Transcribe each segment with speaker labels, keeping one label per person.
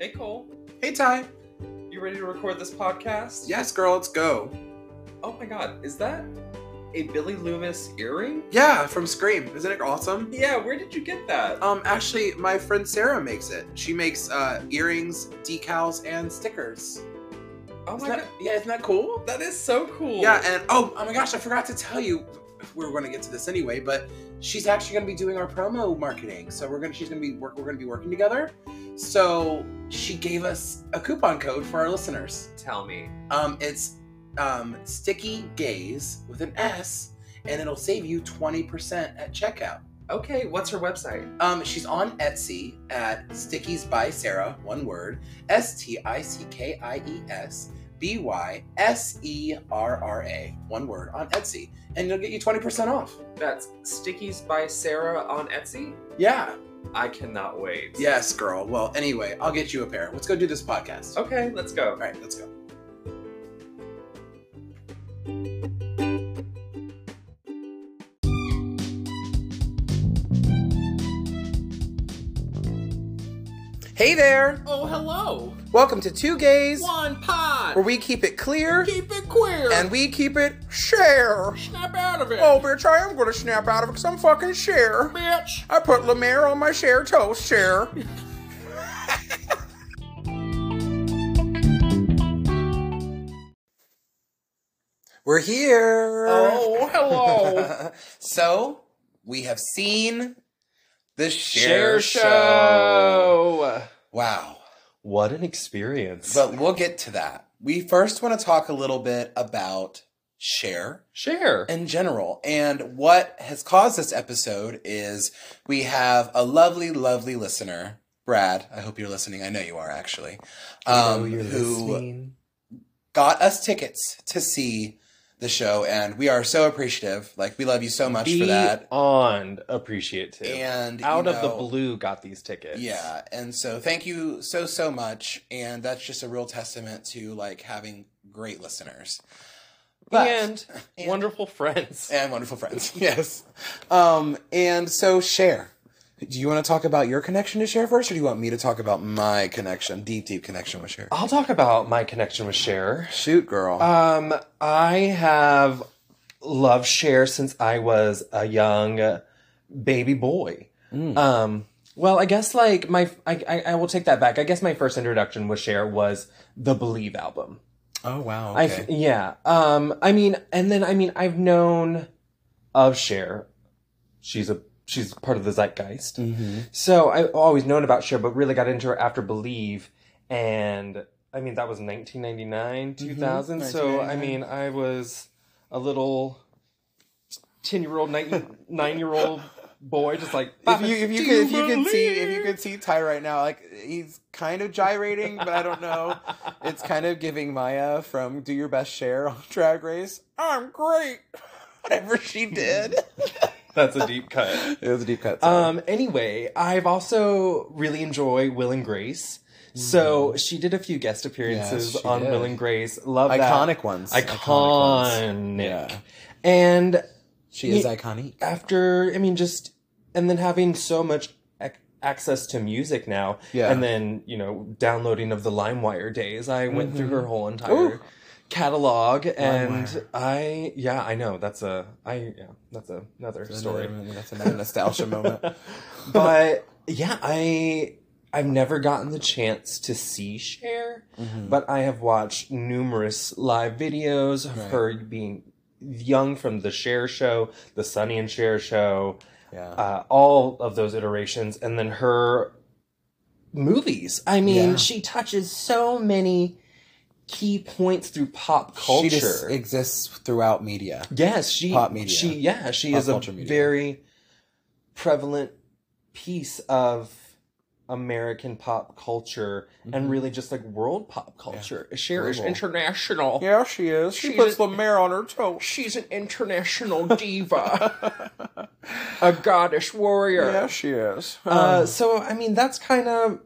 Speaker 1: Hey, Cole,
Speaker 2: Hey, Ty.
Speaker 1: you ready to record this podcast?
Speaker 2: Yes, girl, let's go.
Speaker 1: Oh my god, is that a Billy Loomis earring?
Speaker 2: Yeah, from Scream. Isn't it awesome?
Speaker 1: Yeah, where did you get that?
Speaker 2: Um, actually, my friend Sarah makes it. She makes uh, earrings, decals, and stickers.
Speaker 1: oh my
Speaker 2: Isn't that-
Speaker 1: god.
Speaker 2: yeah, isn't that cool?
Speaker 1: That is so cool.
Speaker 2: Yeah, and oh, oh my gosh, I forgot to tell you. We were going to get to this anyway, but she's actually going to be doing our promo marketing. So we're going to she's going to be work we're going to be working together. So she gave us a coupon code for our listeners.
Speaker 1: Tell me.
Speaker 2: Um, it's um, Sticky Gaze with an S, and it'll save you 20% at checkout.
Speaker 1: Okay, what's her website?
Speaker 2: Um, she's on Etsy at Stickies by Sarah, one word, S T I C K I E S B Y S E R R A, one word, on Etsy, and it'll get you 20% off.
Speaker 1: That's Stickies by Sarah on Etsy.
Speaker 2: Yeah.
Speaker 1: I cannot wait.
Speaker 2: Yes, girl. Well, anyway, I'll get you a pair. Let's go do this podcast.
Speaker 1: Okay, let's go.
Speaker 2: All right, let's go. Hey there!
Speaker 1: Oh, hello.
Speaker 2: Welcome to Two Gays,
Speaker 1: One pod.
Speaker 2: where we keep it clear
Speaker 1: Keep it queer.
Speaker 2: and we keep it share.
Speaker 1: snap out of it.
Speaker 2: Oh, bitch, I am gonna snap out of it because I'm fucking share.
Speaker 1: bitch.
Speaker 2: I put Lemaire on my share toast share. We're here.
Speaker 1: Oh, hello.
Speaker 2: so we have seen the
Speaker 1: Share
Speaker 2: share, show.
Speaker 1: show.
Speaker 2: Wow.
Speaker 1: What an experience.
Speaker 2: But we'll get to that. We first want to talk a little bit about share
Speaker 1: share.
Speaker 2: in general. And what has caused this episode is we have a lovely, lovely listener, Brad. I hope you're listening. I know you are actually. Um, who got us tickets to see the show, and we are so appreciative. Like we love you so much for that.
Speaker 3: Beyond appreciative.
Speaker 2: And you
Speaker 3: Out of the
Speaker 2: know,
Speaker 3: blue, got these tickets.
Speaker 2: Yeah, and so thank you so so much, and that's just a real testament to like having great listeners. But-
Speaker 3: and,
Speaker 2: and-
Speaker 3: wonderful friends.
Speaker 2: and wonderful friends. Yes. Um, and so share. Do you want to talk about your connection to share first, or do you want me to talk about my connection, deep, deep connection with share? Uh,
Speaker 3: I'll talk about my connection with Cher.
Speaker 2: Oh, Shoot, girl.
Speaker 3: Um, I have loved Cher since I was a young baby boy. Um, well, I guess like my I, I I will take that back. I guess my first introduction with Cher was the Believe album.
Speaker 2: oh wow.
Speaker 3: I f- yeah. Um, I mean, and then I mean, I've known of Cher. She's a she's part of the zeitgeist.
Speaker 2: Mm-hmm.
Speaker 3: So I've always known about Cher, but really got into her after Believe, and I mean that was 1999,
Speaker 2: Mm-hmm.
Speaker 3: 2000. So I
Speaker 2: 1999.
Speaker 3: mean, I was a little ten year old, nine year old boy, just like
Speaker 2: If you if you could if you can see if you could see Ty right now, like he's kind of gyrating, but I don't know. It's kind of giving Maya from Do Your Best Share on Drag Race. I'm great. Whatever she did. Uh,
Speaker 3: that's a deep cut.
Speaker 2: it was a deep cut.
Speaker 3: Um. Anyway, I've also really enjoy Will and Grace. So she did a few guest appearances
Speaker 2: Mm-hmm. Yes, she
Speaker 3: on
Speaker 2: did.
Speaker 3: Will and Grace. Love
Speaker 2: iconic ones.
Speaker 3: that.
Speaker 2: ones.
Speaker 3: Iconic.
Speaker 2: Yeah.
Speaker 3: And
Speaker 2: She is iconic.
Speaker 3: after, I mean, just and then having so much ac- access to music now,
Speaker 2: Yeah.
Speaker 3: And then you know, downloading of the LimeWire days, I went through her whole entire.
Speaker 2: Mm-hmm. Ooh.
Speaker 3: catalog and
Speaker 2: LimeWire.
Speaker 3: i yeah i know that's a i yeah that's a, another story
Speaker 2: Another- That's another nostalgia moment.
Speaker 3: but yeah, I I've never gotten the chance to see Cher,
Speaker 2: Mm-hmm.
Speaker 3: but I have watched numerous live videos of
Speaker 2: Right.
Speaker 3: her being young from the Cher show, the Sunny and Cher show,
Speaker 2: Yeah.
Speaker 3: uh, all of those iterations, and then her movies. I mean,
Speaker 2: Yeah.
Speaker 3: she touches so many key points through pop culture.
Speaker 2: She just exists throughout media.
Speaker 3: Yes, she
Speaker 2: Pop media.
Speaker 3: She yeah, she
Speaker 2: Pop
Speaker 3: is a
Speaker 2: culture media.
Speaker 3: very prevalent piece of American pop culture and really just like world pop culture. Cher is
Speaker 2: Mm-hmm. Global.
Speaker 3: international.
Speaker 2: Yeah, she is.
Speaker 3: She puts
Speaker 2: the mare on her toe.
Speaker 3: She's an international diva, a goddess warrior.
Speaker 2: she is.
Speaker 3: Uh, so I mean, that's kind of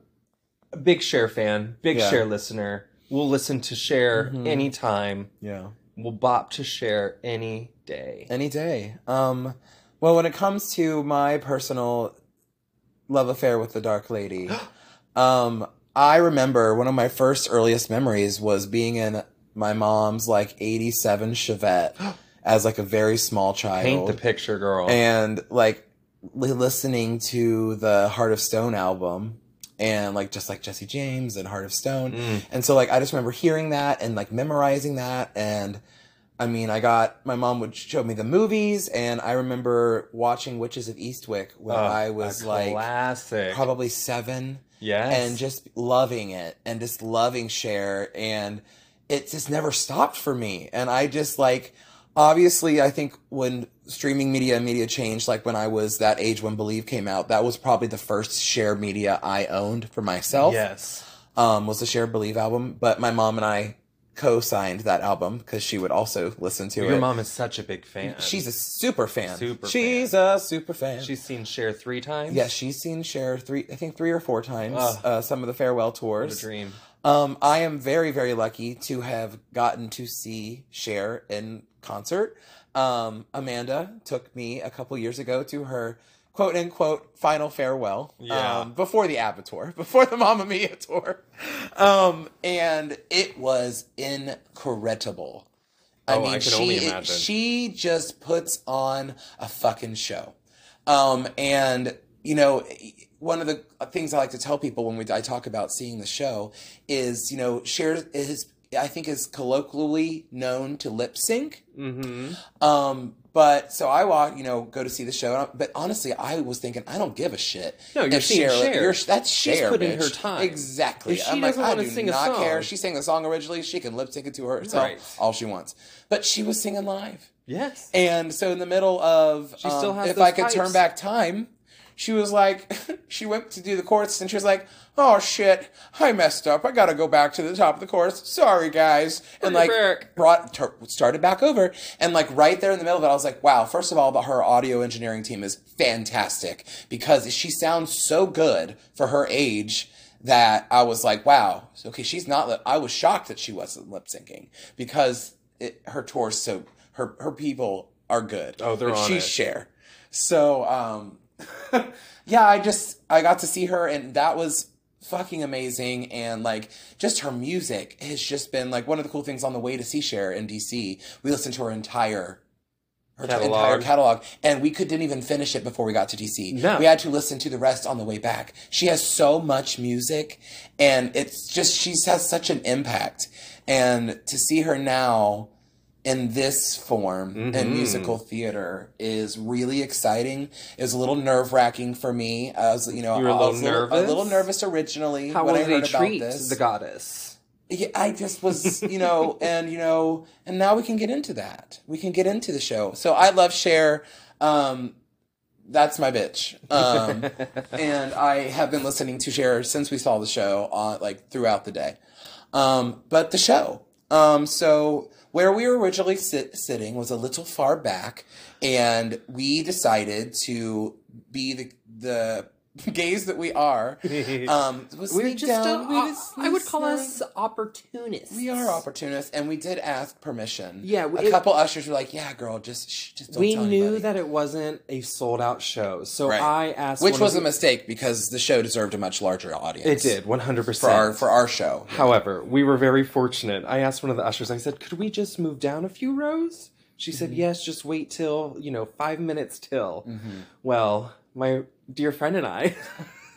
Speaker 3: a big Cher fan, big
Speaker 2: Yeah. Mm-hmm.
Speaker 3: Cher listener. We'll listen to Cher anytime.
Speaker 2: yeah.
Speaker 3: We'll bop to Cher any day.
Speaker 2: Any day. Um, well, when it comes to my personal love affair with the Dark Lady, um, I remember one of my first earliest memories was being in my mom's like 87 Chevette as like a very small child.
Speaker 3: Paint the picture, girl.
Speaker 2: and like li- listening to the Heart of Stone album and like just like Jesse James and Heart of Stone.
Speaker 3: Mm.
Speaker 2: And so like I just remember hearing that and like memorizing that and I mean I got my mom would show me the movies and I remember watching Witches of Eastwick when
Speaker 3: Oh,
Speaker 2: I
Speaker 3: a
Speaker 2: was like
Speaker 3: classic.
Speaker 2: probably 7
Speaker 3: yes.
Speaker 2: and just loving it and just loving Cher and it just never stopped for me. And I just like obviously I think when streaming media and media changed, like when I was that age when Believe came out, that was probably the first Cher media I owned for myself.
Speaker 3: yes.
Speaker 2: Um was the Cher Believe album. But my mom and I co signed that album because she would also listen to
Speaker 3: Your
Speaker 2: it.
Speaker 3: mom is such a big fan.
Speaker 2: She's a super fan.
Speaker 3: Super
Speaker 2: She's a super fan.
Speaker 3: she's seen Cher three times.
Speaker 2: yeah, she's seen Cher three, I think three or four times.
Speaker 3: Ugh.
Speaker 2: Uh, some of the farewell tours.
Speaker 3: What a dream.
Speaker 2: Um, I am very, very lucky to have gotten to see Cher in concert. Um, Amanda took me a couple years ago to her quote unquote final farewell.
Speaker 3: Yeah.
Speaker 2: Um, before the ABBA tour, before the Mamma Mia tour. Um, and it was incredible.
Speaker 3: Oh, I can only
Speaker 2: she,
Speaker 3: imagine.
Speaker 2: she just puts on a fucking show. Um, and you know, one of the things I like to tell people when we I talk about seeing the show is, you know, Cher is I think is colloquially known to lip sync.
Speaker 3: Mm-hmm.
Speaker 2: Um, but so I walk, you know, go to see the show. and I- But honestly, I was thinking I don't give a shit.
Speaker 3: No, you're
Speaker 2: if
Speaker 3: seeing Cher.
Speaker 2: you're- that's Cher.
Speaker 3: She's put in
Speaker 2: bitch.
Speaker 3: her time.
Speaker 2: Exactly.
Speaker 3: If she
Speaker 2: I'm like,
Speaker 3: doesn't
Speaker 2: I
Speaker 3: wanna
Speaker 2: do
Speaker 3: sing a
Speaker 2: not care.
Speaker 3: song-
Speaker 2: She sang the song originally. She can lip sync it to herself
Speaker 3: Right.
Speaker 2: all she wants. But she was singing live.
Speaker 3: Yes.
Speaker 2: And so in the middle of
Speaker 3: She still
Speaker 2: um,
Speaker 3: has
Speaker 2: if
Speaker 3: those
Speaker 2: I could turn
Speaker 3: pipes.
Speaker 2: back time, she was like she went to do the chorus and she was like, "Oh shit, I messed up. I got to go back to the top of the chorus. Sorry guys." And
Speaker 3: Bring
Speaker 2: like
Speaker 3: it back.
Speaker 2: brought tur started back over and like right there in the middle of it, I was like, "Wow, first of all, but her audio engineering team is fantastic because she sounds so good for her age." That I was like, wow, okay, she's not. Lip- I was shocked that she wasn't lip syncing because it, her tour's so her her people are good.
Speaker 3: Oh, they're
Speaker 2: But
Speaker 3: on
Speaker 2: she's
Speaker 3: it.
Speaker 2: Cher. So, um, yeah, I just I got to see her, and that was fucking amazing. And like, just her music has just been like one of the cool things on the way to see Cher in DC. We listened to her entire. Her t-
Speaker 3: Catalog.
Speaker 2: entire catalog, and we could, didn't even finish it before we got to DC.
Speaker 3: No.
Speaker 2: We had to listen to the rest on the way back. She has so much music, and it's just she has such an impact. And to see her now, in this form in
Speaker 3: Mhm.
Speaker 2: musical theater is really exciting. It was a little nerve wracking for me. I was, you know,
Speaker 3: You were a
Speaker 2: I
Speaker 3: little
Speaker 2: was A
Speaker 3: nervous?
Speaker 2: little nervous originally
Speaker 3: How
Speaker 2: when
Speaker 3: will
Speaker 2: I
Speaker 3: they
Speaker 2: heard about
Speaker 3: treat
Speaker 2: this.
Speaker 3: the goddess?
Speaker 2: Yeah, I just was, you know, and you know, and now we can get into that. We can get into the show. So I love Cher. Um, that's my bitch. Um, and I have been listening to Cher since we saw the show on like throughout the day. Um, but the show. Um, so where we were originally sit- sitting was a little far back, and we decided to be the the gays that we are. Um, was
Speaker 3: We're
Speaker 2: sneak
Speaker 3: just,
Speaker 2: down-
Speaker 3: uh,
Speaker 2: we
Speaker 3: uh,
Speaker 2: just
Speaker 3: I would call
Speaker 2: snuck-
Speaker 3: us opportunists.
Speaker 2: we are opportunists, and we did ask permission.
Speaker 3: Yeah,
Speaker 2: a
Speaker 3: it-
Speaker 2: couple ushers were like, "Yeah, girl, just shh, just don't
Speaker 3: We
Speaker 2: tell
Speaker 3: knew
Speaker 2: anybody."
Speaker 3: that it wasn't a sold out show, so
Speaker 2: Right.
Speaker 3: I asked.
Speaker 2: which
Speaker 3: one
Speaker 2: was
Speaker 3: of
Speaker 2: a mistake because the show deserved a much larger
Speaker 3: the-
Speaker 2: audience.
Speaker 3: it did one hundred
Speaker 2: for our
Speaker 3: percent.
Speaker 2: for our show.
Speaker 3: However, we were very fortunate. I asked one of the ushers. I said, "Could we just move down a few rows?" She said,
Speaker 2: Mm-hmm.
Speaker 3: "Yes, just wait till you know five minutes till." Well, my dear friend and I.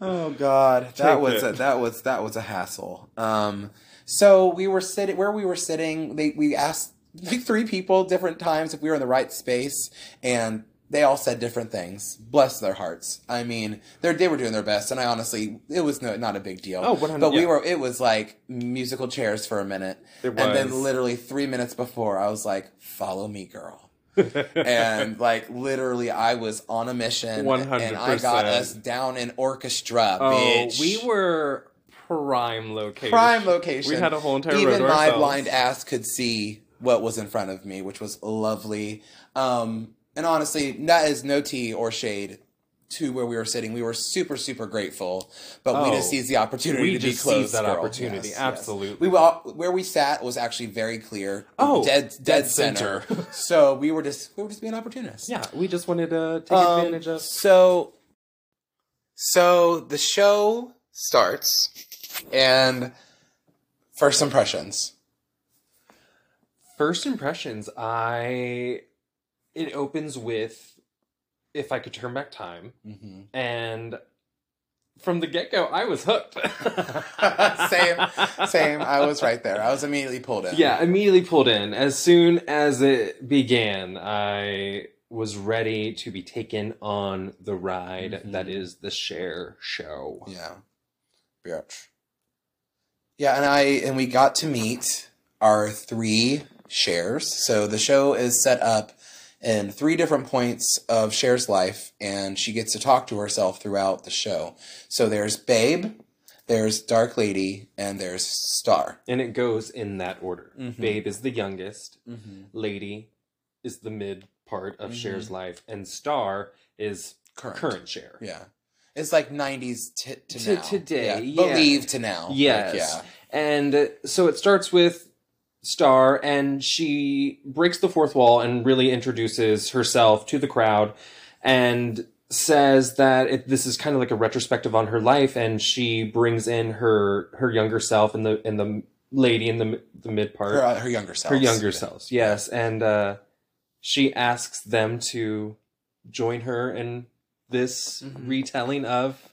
Speaker 2: Oh God, that
Speaker 3: Take it.
Speaker 2: was a, that was that was a hassle. Um, so we were sitting where we were sitting. They we asked like three people different times if we were in the right space, and they all said different things. Bless their hearts. I mean, they they were doing their best, and I honestly, it was no, not a big deal.
Speaker 3: Oh, 100
Speaker 2: but we
Speaker 3: yeah.
Speaker 2: were. It was like musical chairs for a minute,
Speaker 3: It
Speaker 2: and then
Speaker 3: was.
Speaker 2: literally three minutes before, I was like, "Follow me, girl." and like literally, I was on a mission, and I got
Speaker 3: 100%.
Speaker 2: us down in orchestra.
Speaker 3: oh,
Speaker 2: bitch.
Speaker 3: we were prime location.
Speaker 2: prime location.
Speaker 3: We had a whole entire row
Speaker 2: Even
Speaker 3: to
Speaker 2: my
Speaker 3: ourselves.
Speaker 2: blind ass could see what was in front of me, which was lovely. Um, and honestly, that is no tea or shade to where we were sitting. We were super, super grateful, but we
Speaker 3: Oh.
Speaker 2: just seized the opportunity
Speaker 3: We
Speaker 2: to
Speaker 3: just
Speaker 2: be close.
Speaker 3: seized that
Speaker 2: girl.
Speaker 3: opportunity, absolutely.
Speaker 2: We were all, where we sat was actually very clear.
Speaker 3: Oh,
Speaker 2: dead, dead,
Speaker 3: dead
Speaker 2: center.
Speaker 3: center.
Speaker 2: so we were just, we were just being opportunists.
Speaker 3: Yeah, we just wanted to take
Speaker 2: Um,
Speaker 3: advantage of.
Speaker 2: So, so the show starts, and first impressions.
Speaker 3: First impressions, I it opens with if I could turn back time,
Speaker 2: Mm-hmm.
Speaker 3: and from the get go, I was hooked.
Speaker 2: Same, Same, I was right there. I was immediately pulled in.
Speaker 3: Yeah, immediately pulled in as soon as it began. I was ready to be taken on the ride
Speaker 2: Mhm.
Speaker 3: that is the share show.
Speaker 2: Yeah. Bitch. Yeah, and I and we got to meet our three shares. So the show is set up in three different points of Cher's life, and she gets to talk to herself throughout the show. So there's Babe, there's Dark Lady, and there's Star.
Speaker 3: And it goes in that order.
Speaker 2: Mhm.
Speaker 3: Babe is the youngest,
Speaker 2: Mm-hmm.
Speaker 3: Lady is the mid part of
Speaker 2: Mhm.
Speaker 3: Cher's life, and Star is
Speaker 2: Current.
Speaker 3: current Cher.
Speaker 2: Yeah. It's like 90s t- to,
Speaker 3: To
Speaker 2: now.
Speaker 3: today, yeah.
Speaker 2: Believe to now. Like,
Speaker 3: Yes. And uh, so it starts with Star, and she breaks the fourth wall and really introduces herself to the crowd and says that it, this is kind of like a retrospective on her life, and she brings in her her younger self and the and the lady in the m- the mid part,
Speaker 2: Her,
Speaker 3: her,
Speaker 2: uh, her younger self.
Speaker 3: younger selves, yes, and uh, she asks them to join her in this
Speaker 2: Mhm.
Speaker 3: retelling of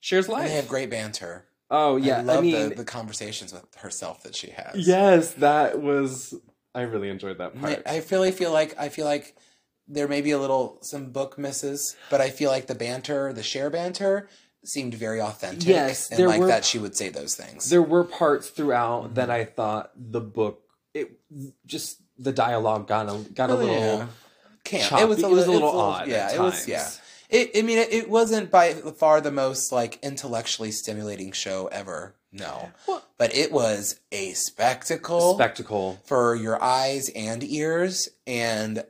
Speaker 3: Cher's
Speaker 2: And
Speaker 3: life.
Speaker 2: they have great banter.
Speaker 3: oh yeah,
Speaker 2: I love
Speaker 3: mean,
Speaker 2: the, the conversations with herself that she has.
Speaker 3: Yes, that was. I really enjoyed that
Speaker 2: I,
Speaker 3: part.
Speaker 2: I really feel like I feel like there may be a little some book misses, but I feel like the banter, the share banter, seemed very authentic.
Speaker 3: Yes,
Speaker 2: and
Speaker 3: there
Speaker 2: like
Speaker 3: were-
Speaker 2: that she would say those things.
Speaker 3: there were parts throughout
Speaker 2: Mhm.
Speaker 3: that I thought the book, it just the dialogue got a got a
Speaker 2: Oh,
Speaker 3: little.
Speaker 2: yeah. Camp.
Speaker 3: choppy.
Speaker 2: It was a, li-
Speaker 3: little
Speaker 2: it's
Speaker 3: odd.
Speaker 2: Yeah,
Speaker 3: at
Speaker 2: it was.
Speaker 3: times.
Speaker 2: Yeah, it, I mean, it, it wasn't by far the most like intellectually stimulating show ever. No,
Speaker 3: Well-
Speaker 2: but it was a spectacle.
Speaker 3: spectacle.
Speaker 2: for your eyes and ears. And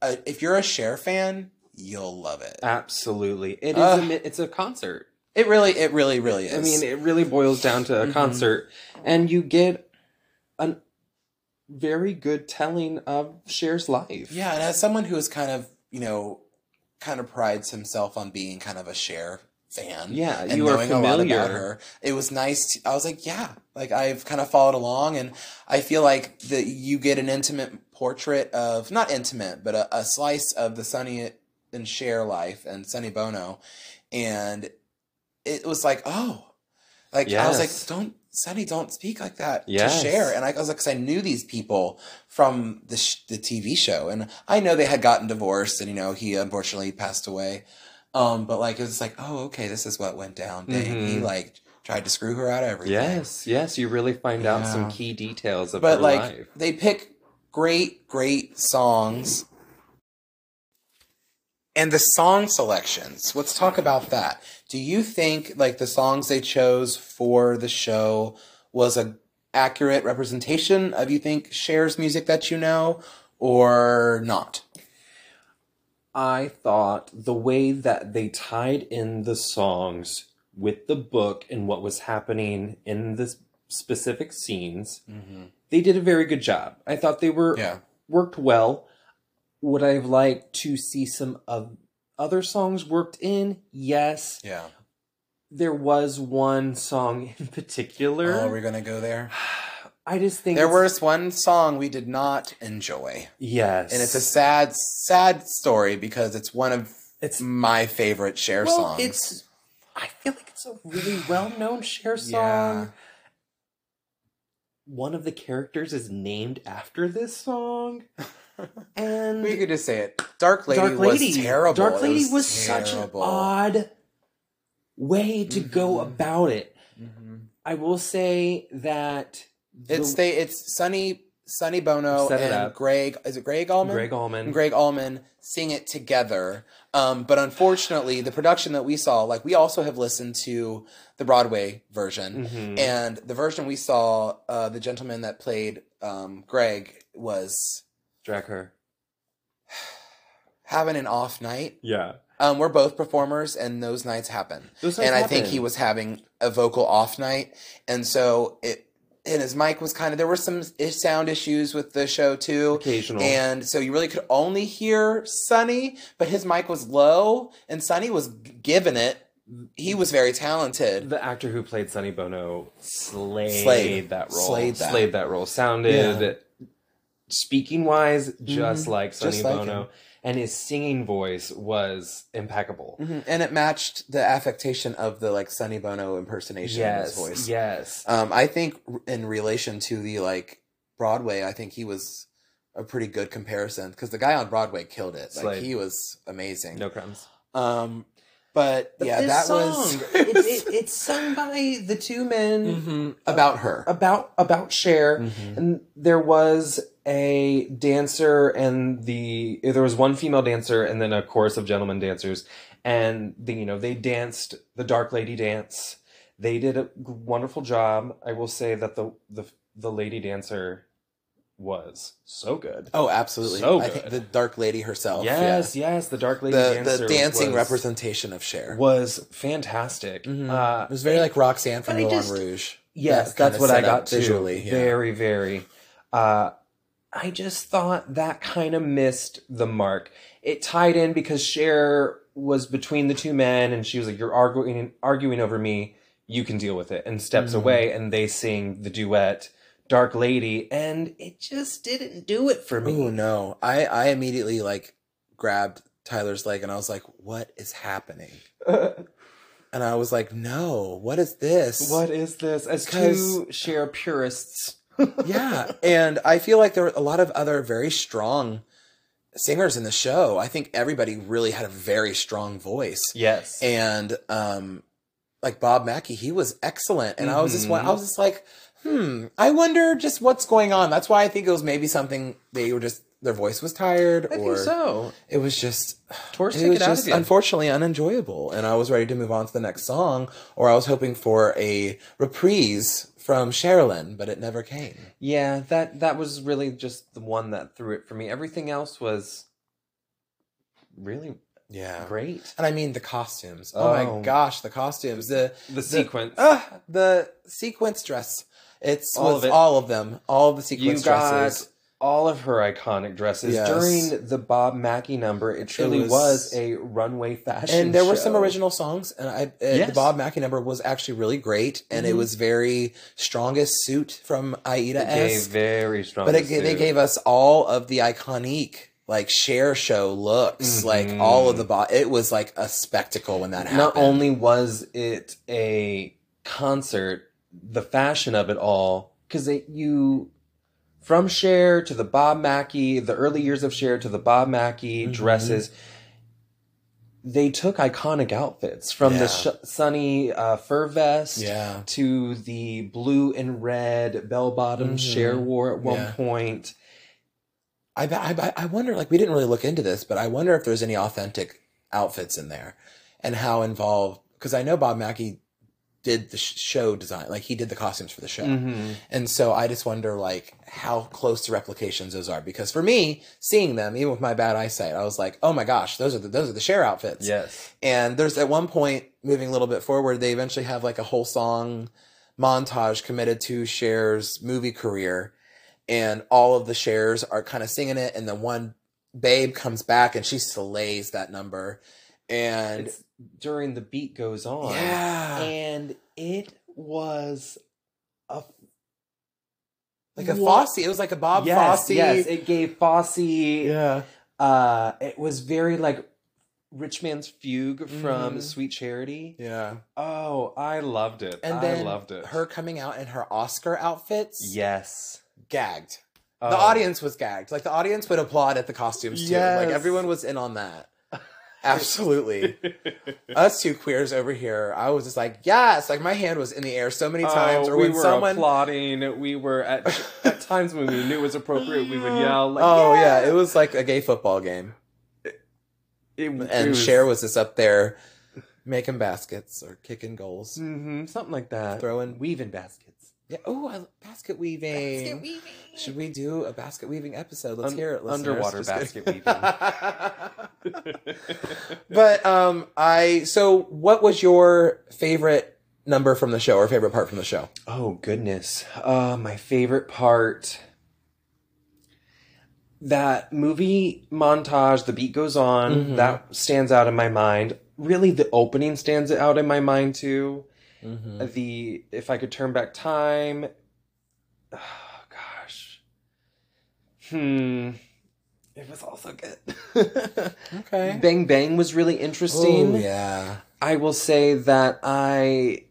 Speaker 2: uh, if you're a Cher fan, you'll love it.
Speaker 3: Absolutely, it is.
Speaker 2: Ugh.
Speaker 3: a mi it's a concert.
Speaker 2: It really, it really, really is.
Speaker 3: I mean, it really boils down to a
Speaker 2: Mhm.
Speaker 3: concert, and you get a very good telling of Cher's life.
Speaker 2: yeah. And as someone who is kind of, you know, kind of prides himself on being kind of a Cher fan.
Speaker 3: yeah,
Speaker 2: And
Speaker 3: you are
Speaker 2: knowing a lot
Speaker 3: familiar.
Speaker 2: about her, it was nice. To, I was like, yeah, like I've kind of followed along, and I feel like that you get an intimate portrait of not intimate, but a, a slice of the Sunny and Cher life and Sunny Bono, and it was like, oh, like I
Speaker 3: Yes.
Speaker 2: was like, don't Sunny, don't speak like that
Speaker 3: Yes.
Speaker 2: to Cher, and I, I was like, 'cause I knew these people from the sh- the TV show, and I know they had gotten divorced, and you know he unfortunately passed away, um, but like it was like, oh, okay, this is what went down. Dang, he
Speaker 3: Mhm.
Speaker 2: like tried to screw her out of everything.
Speaker 3: Yes, yes, you really find out
Speaker 2: Yeah.
Speaker 3: some key details of
Speaker 2: but
Speaker 3: her
Speaker 2: like
Speaker 3: life.
Speaker 2: they pick great, great songs. And the song selections, let's talk about that. Do you think like the songs they chose for the show was a accurate representation of you think Cher's music that you know or not?
Speaker 3: I thought the way that they tied in the songs with the book and what was happening in the s- specific scenes,
Speaker 2: Mm-hmm.
Speaker 3: they did a very good job. I thought they were
Speaker 2: Yeah.
Speaker 3: worked well. Would I have liked to see some of other songs worked in? Yes.
Speaker 2: Yeah.
Speaker 3: There was one song in particular.
Speaker 2: Oh, we're gonna go there.
Speaker 3: I just think
Speaker 2: There
Speaker 3: it's-
Speaker 2: was one song we did not enjoy.
Speaker 3: yes,
Speaker 2: and it's a sad, sad story because it's one of
Speaker 3: it's
Speaker 2: my favorite Cher
Speaker 3: well,
Speaker 2: songs.
Speaker 3: it's. I feel like it's a really well-known Cher song.
Speaker 2: Yeah.
Speaker 3: one of the characters is named after this song. And
Speaker 2: we could just say it. Dark Lady,
Speaker 3: Dark Lady
Speaker 2: was terrible.
Speaker 3: Dark
Speaker 2: It
Speaker 3: Lady was, such an
Speaker 2: terrible.
Speaker 3: odd way to go
Speaker 2: Mhm.
Speaker 3: about it.
Speaker 2: Mhm.
Speaker 3: I will say that the-
Speaker 2: It's they. It's Sunny, Sunny Bono
Speaker 3: Set it
Speaker 2: and
Speaker 3: up.
Speaker 2: Greg. Is it Greg Allman?
Speaker 3: Greg Allman.
Speaker 2: and Greg Allman sing it together. Um, but unfortunately, the production that we saw, like we also have listened to the Broadway version,
Speaker 3: Mhm.
Speaker 2: and the version we saw, uh, the gentleman that played um, Greg was
Speaker 3: Drag her.
Speaker 2: having an off night.
Speaker 3: Yeah.
Speaker 2: Um, we're both performers, and those nights happen.
Speaker 3: Those
Speaker 2: and
Speaker 3: things
Speaker 2: I think
Speaker 3: happen.
Speaker 2: he was having a vocal off night, and so it and his mic was kind of there were some i- sound issues with the show too.
Speaker 3: occasional.
Speaker 2: And so you really could only hear Sonny, but his mic was low, and Sonny was g- giving it he was very talented.
Speaker 3: The actor who played Sonny Bono slayed,
Speaker 2: Slayed.
Speaker 3: that role.
Speaker 2: Slayed that.
Speaker 3: role. Sounded speaking wise, just like Sonny
Speaker 2: Mm-hmm. Just like
Speaker 3: Bono. and his singing voice was impeccable.
Speaker 2: Mhm. And it matched the affectation of the like Sonny Bono impersonation
Speaker 3: Yes.
Speaker 2: in his voice.
Speaker 3: Yes.
Speaker 2: Um, I think r- in relation to the like Broadway, I think he was a pretty good comparison because the guy on Broadway killed it. Like
Speaker 3: Slade.
Speaker 2: he was amazing.
Speaker 3: no crumbs.
Speaker 2: Um, but,
Speaker 3: But
Speaker 2: yeah,
Speaker 3: this
Speaker 2: that
Speaker 3: song,
Speaker 2: was Mm-hmm.
Speaker 3: it, it, it's sung by the two men
Speaker 2: about her.
Speaker 3: about about Cher, and there was a dancer and the there was one female dancer and then a chorus of gentlemen dancers, and the, you know they danced the Dark Lady dance. They did a wonderful job. I will say that the the the lady dancer was so good.
Speaker 2: Oh, absolutely.
Speaker 3: So
Speaker 2: I think
Speaker 3: good.
Speaker 2: the Dark Lady herself.
Speaker 3: yes, yes, the Dark
Speaker 2: yeah.
Speaker 3: Lady
Speaker 2: The,
Speaker 3: dancer
Speaker 2: the dancing
Speaker 3: was,
Speaker 2: representation of Cher.
Speaker 3: was fantastic.
Speaker 2: Mhm.
Speaker 3: Uh,
Speaker 2: it was very like Roxanne from
Speaker 3: but I
Speaker 2: Moulin
Speaker 3: just-
Speaker 2: Rouge.
Speaker 3: Yes,
Speaker 2: that kinda
Speaker 3: that's what I
Speaker 2: set up
Speaker 3: got too.
Speaker 2: visually, yeah.
Speaker 3: Very, very. Uh, I just thought that kind of missed the mark. It tied in because Cher was between the two men, and she was like, "You're arguing, arguing over me. You can deal with it." And steps
Speaker 2: Mhm.
Speaker 3: away, and they sing the duet, "Dark Lady," and it just didn't do it for me.
Speaker 2: Oh no! I I immediately like grabbed Tyler's leg and I was like, "What is happening?" And I was like, "No, what is this?"
Speaker 3: what is this? As two Cher purists,
Speaker 2: yeah, and I feel like there were a lot of other very strong singers in the show. I think everybody really had a very strong voice,
Speaker 3: yes,
Speaker 2: and um, like Bob Mackey, he was excellent. And I was just, wa- I was just like, "Hmm, I wonder just what's going on." That's why I think it was maybe something they were just their voice was tired,
Speaker 3: I
Speaker 2: or
Speaker 3: think so.
Speaker 2: it was just.
Speaker 3: Torch
Speaker 2: it
Speaker 3: took
Speaker 2: was
Speaker 3: it out
Speaker 2: just
Speaker 3: of you.
Speaker 2: unfortunately unenjoyable and i was ready to move on to the next song or i was hoping for a reprise from sherilyn but it never came
Speaker 3: Yeah, that that was really just the one that threw it for me. Everything else was really
Speaker 2: yeah
Speaker 3: great.
Speaker 2: and i mean the costumes oh,
Speaker 3: Oh.
Speaker 2: my gosh the costumes the
Speaker 3: The sequence.
Speaker 2: ah, the sequence dress it's
Speaker 3: All
Speaker 2: all,
Speaker 3: of it.
Speaker 2: all of them all of the
Speaker 3: you
Speaker 2: sequence
Speaker 3: got
Speaker 2: dresses
Speaker 3: all of her iconic dresses
Speaker 2: Yes.
Speaker 3: during the Bob Mackey number. It truly
Speaker 2: was-
Speaker 3: was, a runway fashion.
Speaker 2: and there were
Speaker 3: show.
Speaker 2: some original songs and i uh,
Speaker 3: Yes.
Speaker 2: the bob mackey number was actually really great and it
Speaker 3: Mhm.
Speaker 2: was very strongest suit from aida
Speaker 3: It gave very strong.
Speaker 2: But it, ga- they
Speaker 3: suit.
Speaker 2: gave us all of the iconic like share show looks,
Speaker 3: Mhm.
Speaker 2: like all of the bo- it was like a spectacle when that happened.
Speaker 3: Not only was it a concert, the fashion of it all, because you from Cher to the Bob Mackey, the early years of Cher to the Bob Mackey
Speaker 2: Mhm.
Speaker 3: dresses, they took iconic outfits from
Speaker 2: Yeah.
Speaker 3: the sh- sunny uh, fur vest
Speaker 2: yeah,
Speaker 3: to the blue and red bell bottom
Speaker 2: Mhm.
Speaker 3: Cher wore at one
Speaker 2: Yeah.
Speaker 3: point.
Speaker 2: I, bet- I bet- I wonder like we didn't really look into this, but I wonder if there's any authentic outfits in there and how involved because I know Bob Mackey did the sh- show design, like he did the costumes for the show,
Speaker 3: Mhm.
Speaker 2: and so I just wonder like how close to replications those are because for me seeing them even with my bad eyesight, I was like, oh my gosh, those are the those are the share outfits.
Speaker 3: Yes.
Speaker 2: And there's at one point, moving a little bit forward, they eventually have like a whole song montage committed to Cher's movie career. And all of the shares are kind of singing it. And then one babe comes back and she slays that number. And
Speaker 3: It's during the beat goes on. Ah.
Speaker 2: yeah,
Speaker 3: and it was a
Speaker 2: like a
Speaker 3: What?
Speaker 2: Fosse. It was like a Bob
Speaker 3: yes,
Speaker 2: Fosse.
Speaker 3: Yes, it gave Fosse.
Speaker 2: yeah.
Speaker 3: Uh, it was very like Rich Man's Fugue from
Speaker 2: Mhm.
Speaker 3: Sweet Charity.
Speaker 2: Yeah.
Speaker 3: Mm-hmm. Oh, I loved it.
Speaker 2: And
Speaker 3: I
Speaker 2: then
Speaker 3: loved it.
Speaker 2: Her coming out in her Oscar outfits.
Speaker 3: yes,
Speaker 2: Gagged.
Speaker 3: Oh.
Speaker 2: The audience was gagged. Like the audience would applaud at the costumes too. Like
Speaker 3: Yes.
Speaker 2: everyone was in on that. Absolutely. Us two queers over here, I was just like, yes. Like my hand was in the air so many times.
Speaker 3: Oh,
Speaker 2: or
Speaker 3: we
Speaker 2: when
Speaker 3: were
Speaker 2: someone,
Speaker 3: applauding. We were at, at times when we knew it was appropriate, we would yell. Like,
Speaker 2: oh yeah. it was like a gay football game,
Speaker 3: It, it
Speaker 2: and
Speaker 3: was-
Speaker 2: Cher was just up there making baskets or kicking goals.
Speaker 3: Mhm, something like that.
Speaker 2: Throwing-
Speaker 3: weaving baskets.
Speaker 2: Yeah. Oh, basket weaving. Basket weaving. Should we do a basket weaving episode? Let's
Speaker 3: Un-
Speaker 2: hear it. listeners.
Speaker 3: underwater
Speaker 2: Just kidding.
Speaker 3: weaving.
Speaker 2: but um, I. So, what was your favorite number from the show, or favorite part from the show?
Speaker 3: Oh goodness. Uh my favorite part that movie montage the beat goes on
Speaker 2: Mhm. Mm-hmm.
Speaker 3: that stands out in my mind. really the opening stands out in my mind too.
Speaker 2: Mm-hmm.
Speaker 3: The if I could turn back time. Oh gosh. Hmm. It was also good.
Speaker 2: Okay.
Speaker 3: Bang Bang was really interesting.
Speaker 2: Oh, yeah.
Speaker 3: I will say that I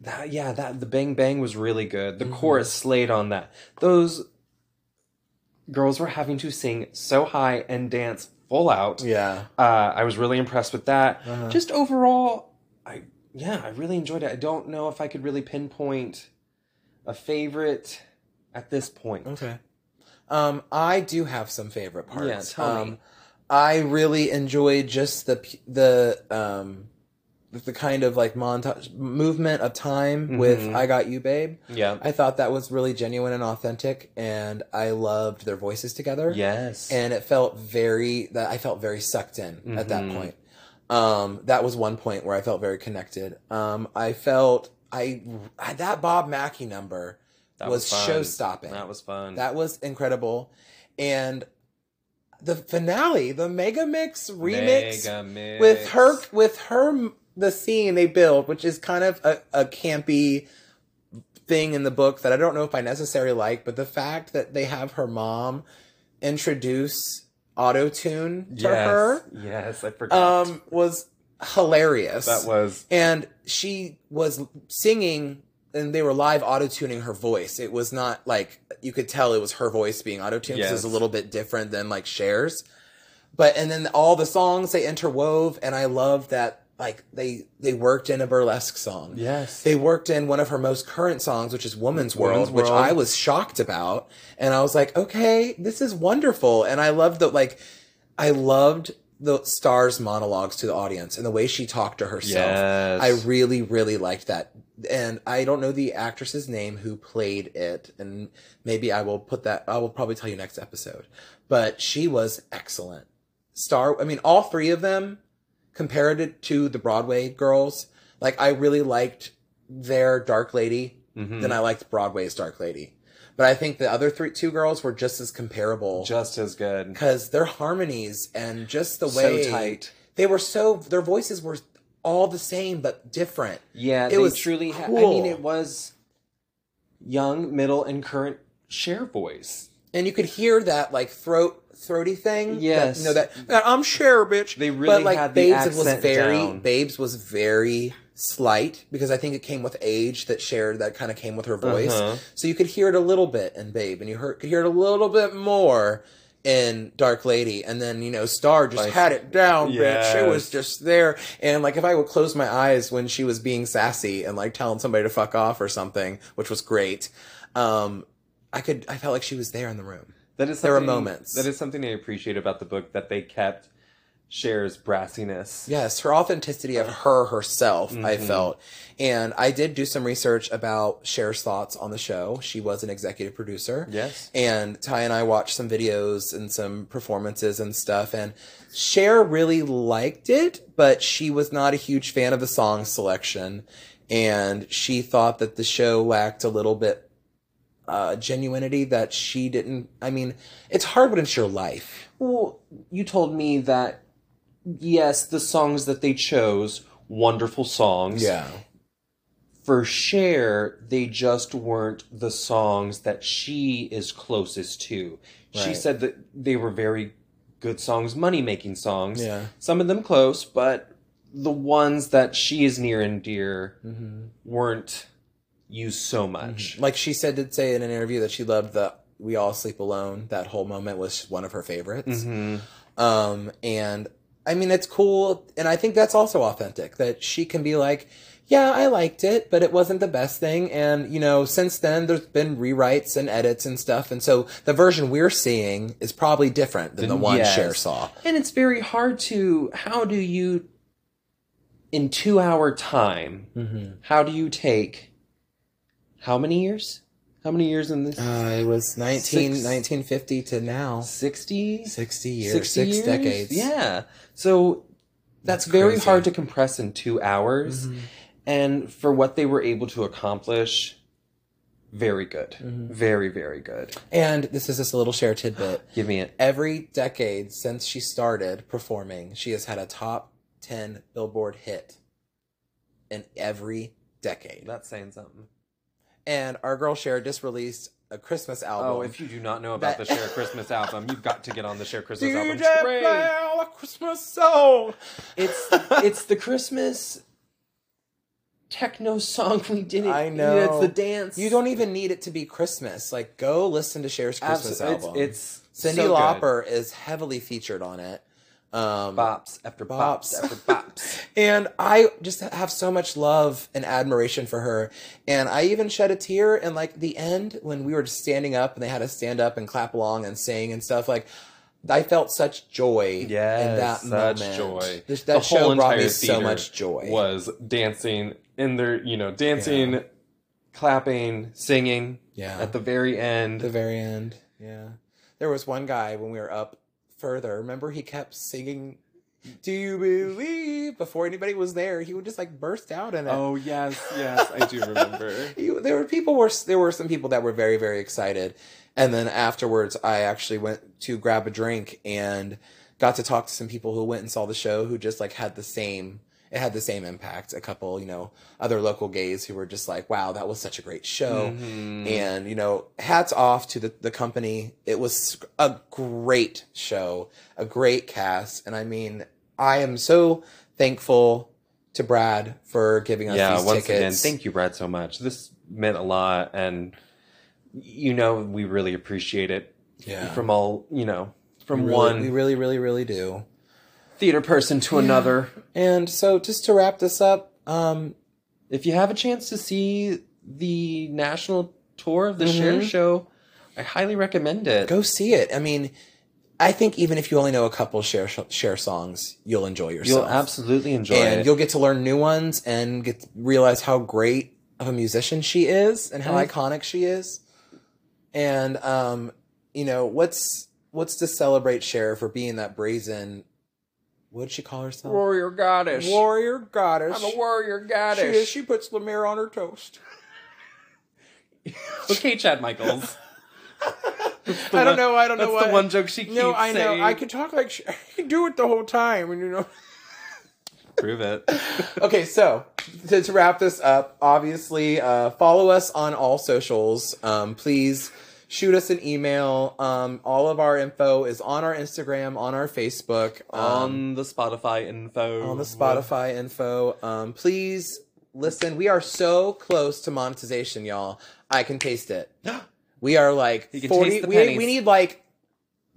Speaker 3: that yeah, that the Bang Bang was really good. The
Speaker 2: Mhm.
Speaker 3: chorus slayed on that. Those girls were having to sing so high and dance full out.
Speaker 2: Yeah.
Speaker 3: Uh, I was really impressed with that.
Speaker 2: Uh-huh.
Speaker 3: Just overall, I yeah, I really enjoyed it. I don't know if I could really pinpoint a favorite at this point.
Speaker 2: Okay. Um, I do have some favorite parts.
Speaker 3: Yeah, tell
Speaker 2: um,
Speaker 3: me.
Speaker 2: I really enjoyed just the p- the um the- the kind of like montage movement of time with
Speaker 3: Mhm.
Speaker 2: "I Got You, Babe."
Speaker 3: Yeah.
Speaker 2: I thought that was really genuine and authentic, and I loved their voices together.
Speaker 3: Yes.
Speaker 2: and it felt very that I felt very sucked in at that
Speaker 3: Mhm.
Speaker 2: point. Um, that was one point where I felt very connected. Um, I felt I, I that Bob Mackey number
Speaker 3: that
Speaker 2: was,
Speaker 3: fun.
Speaker 2: show stopping.
Speaker 3: That was fun.
Speaker 2: That was incredible. And the finale, the Mega Mix remix
Speaker 3: Mega mix.
Speaker 2: with her with her the scene they build, which is kind of a, a campy thing in the book that I don't know if I necessarily like, but the fact that they have her mom introduce auto tune to
Speaker 3: yes.
Speaker 2: her
Speaker 3: Yes, I forgot.
Speaker 2: um was hilarious.
Speaker 3: that was
Speaker 2: and she was singing and they were live auto-tuning her voice it was not like you could tell it was her voice being auto-tuned 'cause it was a
Speaker 3: Yes.
Speaker 2: little bit different than like shares but and then all the songs they interwove and i love that like they they worked in a burlesque song
Speaker 3: yes.
Speaker 2: they worked in one of her most current songs, which is Woman's World,
Speaker 3: Woman's
Speaker 2: which
Speaker 3: World.
Speaker 2: I was shocked about. And I was like, okay, this is wonderful. And I loved that, like, I loved the star's monologues to the audience and the way she talked to herself.
Speaker 3: Yes.
Speaker 2: I really, really liked that. And I don't know the actress's name who played it. And maybe I will put that, I will probably tell you next episode. But she was excellent. Star, I mean, all three of them compared it to the Broadway girls. Like, I really liked their Dark Lady
Speaker 3: Mhm.
Speaker 2: than I liked Broadway's Dark Lady. But I think the other three, two girls were just as comparable
Speaker 3: just as good.
Speaker 2: because their harmonies and just the
Speaker 3: So
Speaker 2: way
Speaker 3: tight.
Speaker 2: they were so, their voices were all the same but different.
Speaker 3: Yeah, it
Speaker 2: It
Speaker 3: they
Speaker 2: was
Speaker 3: was truly. ha- I
Speaker 2: cool.
Speaker 3: mean, it was young, middle, and current share voice.
Speaker 2: and you could hear that like throat throaty thing.
Speaker 3: Yes.
Speaker 2: that, you know that, that I'm sure, bitch.
Speaker 3: They really had the
Speaker 2: was
Speaker 3: accent
Speaker 2: very
Speaker 3: down.
Speaker 2: Babes was very slight because I think it came with age that shared that kind of came with her voice.
Speaker 3: Uh-huh.
Speaker 2: So you could hear it a little bit in Babe, and you heard, could hear it a little bit more in Dark Lady, and then you know Star just
Speaker 3: Like-
Speaker 2: had it down, bitch. It
Speaker 3: Yes.
Speaker 2: was just there, and like if I would close my eyes when she was being sassy and like telling somebody to fuck off or something, which was great. Um, I could, I felt like she was there in the room.
Speaker 3: That is
Speaker 2: There were
Speaker 3: something-
Speaker 2: moments.
Speaker 3: That is something I appreciate about the book that they kept shares brassiness.
Speaker 2: Yes, her authenticity of her herself, I felt. And I did do some research about Cher's thoughts on the show. She was an executive producer.
Speaker 3: Yes.
Speaker 2: And Ty and I watched some videos and some performances and stuff. And Cher really liked it, but she was not a huge fan of the song selection. And she thought that the show lacked a little bit uh, genuinity that she didn't. I mean, it's hard when it's your life.
Speaker 3: Well, you told me that yes, the songs that they chose, wonderful songs. for Cher, they just weren't the songs that she is closest to. She
Speaker 2: Right.
Speaker 3: said that they were very good songs, money making songs.
Speaker 2: Yeah.
Speaker 3: Some of them close, but the ones that she is near and dear
Speaker 2: Mm-hmm.
Speaker 3: weren't used so much.
Speaker 2: Like she said, did say in an interview that she loved the "We All Sleep Alone." That whole moment was one of her favorites.
Speaker 3: Mhm.
Speaker 2: Um, and I mean, it's cool, and I think that's also authentic that she can be like, "Yeah, I liked it, but it wasn't the best thing." And you know, since then, there's been rewrites and edits and stuff, and so the version we're seeing is probably different than the one
Speaker 3: Yes.
Speaker 2: Cher saw.
Speaker 3: And it's very hard to, how do you, in two hour time,
Speaker 2: Mm-hmm.
Speaker 3: how do you take how many years? How many years in this?
Speaker 2: Uh, it was 19,
Speaker 3: Six-
Speaker 2: 1950 to now,
Speaker 3: 60?
Speaker 2: sixty years,
Speaker 3: 60
Speaker 2: six
Speaker 3: years?
Speaker 2: decades.
Speaker 3: Yeah. So that's,
Speaker 2: That's
Speaker 3: very
Speaker 2: crazy. Mm-hmm.
Speaker 3: hard to compress in two hours. And for what they were able to accomplish, very good.
Speaker 2: Mm-hmm.
Speaker 3: Very, very good.
Speaker 2: And this is just a little Cher tidbit.
Speaker 3: Give me it.
Speaker 2: Every decade since she started performing, she has had a top 10 Billboard hit in every decade.
Speaker 3: That's saying something.
Speaker 2: And our girl Cher just released a Christmas album.
Speaker 3: Oh, if you do not know about
Speaker 2: That-
Speaker 3: the Share Christmas album, you've got to get on the Share Christmas album
Speaker 2: DJ play
Speaker 3: train.
Speaker 2: our Christmas song.
Speaker 3: It's it's the Christmas techno song we didn't.
Speaker 2: I
Speaker 3: you
Speaker 2: know.
Speaker 3: it's the dance.
Speaker 2: You don't even need it to be Christmas. Like, go listen to Cher's Christmas
Speaker 3: Absolutely. It's-
Speaker 2: album.
Speaker 3: It's,
Speaker 2: Cindy
Speaker 3: so good.
Speaker 2: Lauper is heavily featured on it. Um,
Speaker 3: Bops after bops,
Speaker 2: Bops.
Speaker 3: after bops.
Speaker 2: And I just have so much love and admiration for her. And I even shed a tear in like the end when we were just standing up and they had us stand up and clap along and sing and stuff. Like I felt such joy in that
Speaker 3: Yes, such
Speaker 2: moment.
Speaker 3: joy.
Speaker 2: This-
Speaker 3: The
Speaker 2: that show
Speaker 3: whole
Speaker 2: brought me
Speaker 3: entire
Speaker 2: so
Speaker 3: theater
Speaker 2: much joy.
Speaker 3: Was dancing in their, you know, dancing, clapping, singing.
Speaker 2: Yeah.
Speaker 3: At the very end,
Speaker 2: At the very end. Yeah. There was one guy when we were up further. Remember he kept singing Do you believe before anybody was there, he would just like burst out in it.
Speaker 3: Oh yes, yes, I do remember.
Speaker 2: You- there were people were there were some people that were very very excited and then afterwards i actually went to grab a drink and got to talk to some people who went and saw the show who just like had the same it had the same impact a couple you know other local gays who were just like wow that was such a great show
Speaker 3: Mm-hmm.
Speaker 2: and you know hats off to the, the company it was a great show a great cast and i mean i am so thankful to brad for giving us
Speaker 3: yeah,
Speaker 2: these
Speaker 3: once
Speaker 2: tickets
Speaker 3: again, thank you, Brad, so much. This meant a lot, and you know we really appreciate it
Speaker 2: yeah
Speaker 3: from all you know from
Speaker 2: We really-
Speaker 3: one
Speaker 2: we really really really do
Speaker 3: theater person to another.
Speaker 2: and so just to wrap this up um
Speaker 3: If you have a chance to see the national tour of the Share show, I highly recommend it.
Speaker 2: Mm-hmm. go see it i mean i think even if you only know a couple share share songs you'll enjoy yourself
Speaker 3: You'll absolutely enjoy
Speaker 2: and
Speaker 3: it.
Speaker 2: you'll get to learn new ones and get to realize how great of a musician she is and how
Speaker 3: Mhm.
Speaker 2: iconic she is and um you know what's what's to celebrate Cher for being that brazen what'd she call herself
Speaker 3: warrior goddess.
Speaker 2: warrior goddess
Speaker 3: warrior
Speaker 2: she, is. she puts Lemire on her toast
Speaker 3: Okay, Chad Michaels.
Speaker 2: I don't know. I don't
Speaker 3: That's
Speaker 2: know.
Speaker 3: the
Speaker 2: why-
Speaker 3: one joke she keeps
Speaker 2: No, I know.
Speaker 3: saying.
Speaker 2: I could talk like sh- I could do it the whole time, and you know.
Speaker 3: prove it.
Speaker 2: okay, so to, to wrap this up, obviously, uh, follow us on all socials. Um, please shoot us an email. Um, all of our info is on our Instagram, on our Facebook, um,
Speaker 3: on the Spotify info.
Speaker 2: on the Spotify info. Um, please listen. We are so close to monetization, y'all. I can taste it. We are like
Speaker 3: You can
Speaker 2: forty.
Speaker 3: taste the
Speaker 2: We,
Speaker 3: pennies.
Speaker 2: we need like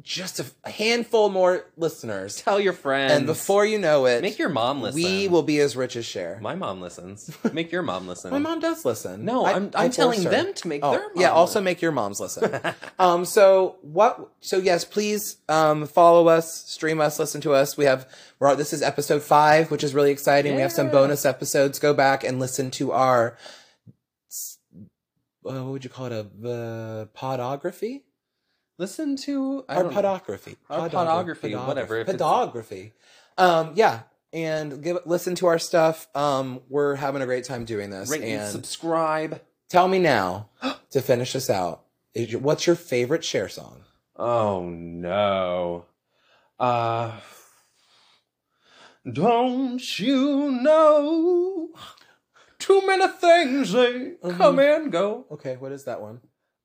Speaker 2: just a, a handful more listeners,
Speaker 3: Tell your friends.
Speaker 2: and before you know it,
Speaker 3: make your mom listen.
Speaker 2: we will be as rich as share.
Speaker 3: My mom listens. Make your mom listen.
Speaker 2: My mom does listen.
Speaker 3: No,
Speaker 2: I,
Speaker 3: I, am
Speaker 2: I
Speaker 3: I'm
Speaker 2: force
Speaker 3: telling
Speaker 2: her.
Speaker 3: them to make
Speaker 2: Oh,
Speaker 3: their mom.
Speaker 2: yeah, also
Speaker 3: listen.
Speaker 2: make your moms listen. um, so what? So yes, please um, follow us, stream us, listen to us. We have we're this is episode five, which is really exciting. We have some
Speaker 3: Yeah.
Speaker 2: bonus episodes. Go back and listen to our s- uh, what would you call it a uh, podography?
Speaker 3: listen to I
Speaker 2: Our
Speaker 3: don't-
Speaker 2: podography.
Speaker 3: Our podography, whatever, if it's-
Speaker 2: Podography. Um, yeah. And give, listen to our stuff. Um, we're having a great time doing this.
Speaker 3: rate and
Speaker 2: and
Speaker 3: subscribe.
Speaker 2: tell me now to finish this out. is your- what's your favorite share song?
Speaker 3: Oh no. Uh Don't you know? Too many things they come
Speaker 2: Mm-hmm.
Speaker 3: and go.
Speaker 2: Okay, what is that one?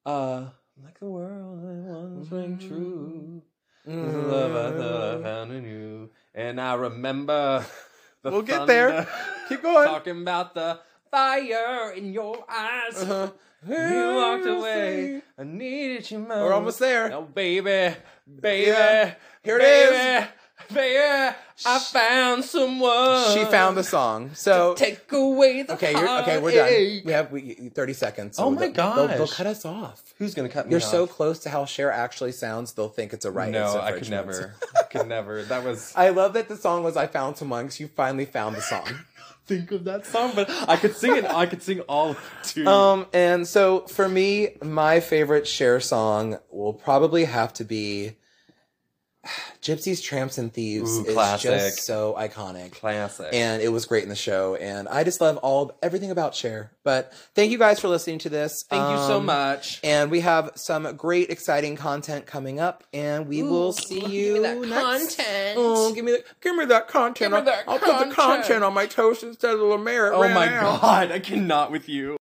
Speaker 3: Uh, like the world that once rang true. Is
Speaker 2: Mm-hmm.
Speaker 3: the Mm-hmm. love I thought I found in you. And I remember the
Speaker 2: We'll get there.
Speaker 3: thunder
Speaker 2: Keep going.
Speaker 3: Talking about the fire in your eyes.
Speaker 2: Uh-huh.
Speaker 3: You walked away. Um, I needed you most.
Speaker 2: We're almost there.
Speaker 3: Oh, baby, baby,
Speaker 2: Yeah. Here it
Speaker 3: baby, Baby, I found someone.
Speaker 2: She found the song. So
Speaker 3: Take away the
Speaker 2: okay, you're, okay, we're done.
Speaker 3: heartache.
Speaker 2: We have we, thirty seconds. so
Speaker 3: Oh my
Speaker 2: they'll- they'll, they'll
Speaker 3: gosh.
Speaker 2: cut us off.
Speaker 3: Who's gonna cut me?
Speaker 2: You're
Speaker 3: off?
Speaker 2: so close to how Cher actually sounds. They'll think it's a right.
Speaker 3: no. I could never. I could never. That was.
Speaker 2: I love that the song was "I Found Someone" because you finally found the song.
Speaker 3: Think of that song, but I could sing it. I could sing all two.
Speaker 2: Um, and so for me, my favorite Cher song will probably have to be Gypsies, Tramps, and Thieves
Speaker 3: Ooh,
Speaker 2: is
Speaker 3: classic.
Speaker 2: just so iconic.
Speaker 3: Classic.
Speaker 2: And it was great in the show. And I just love all everything about Cher. But thank you guys for listening to this.
Speaker 3: Thank you so
Speaker 2: Um,
Speaker 3: much.
Speaker 2: And we have some great, exciting content coming up. And we will see you next.
Speaker 4: content.
Speaker 2: Oh, give me the give me that content.
Speaker 4: Give me that
Speaker 2: I'll, I'll put the
Speaker 4: content.
Speaker 2: content on my toast instead of the merit.
Speaker 3: Oh my god, I cannot with you.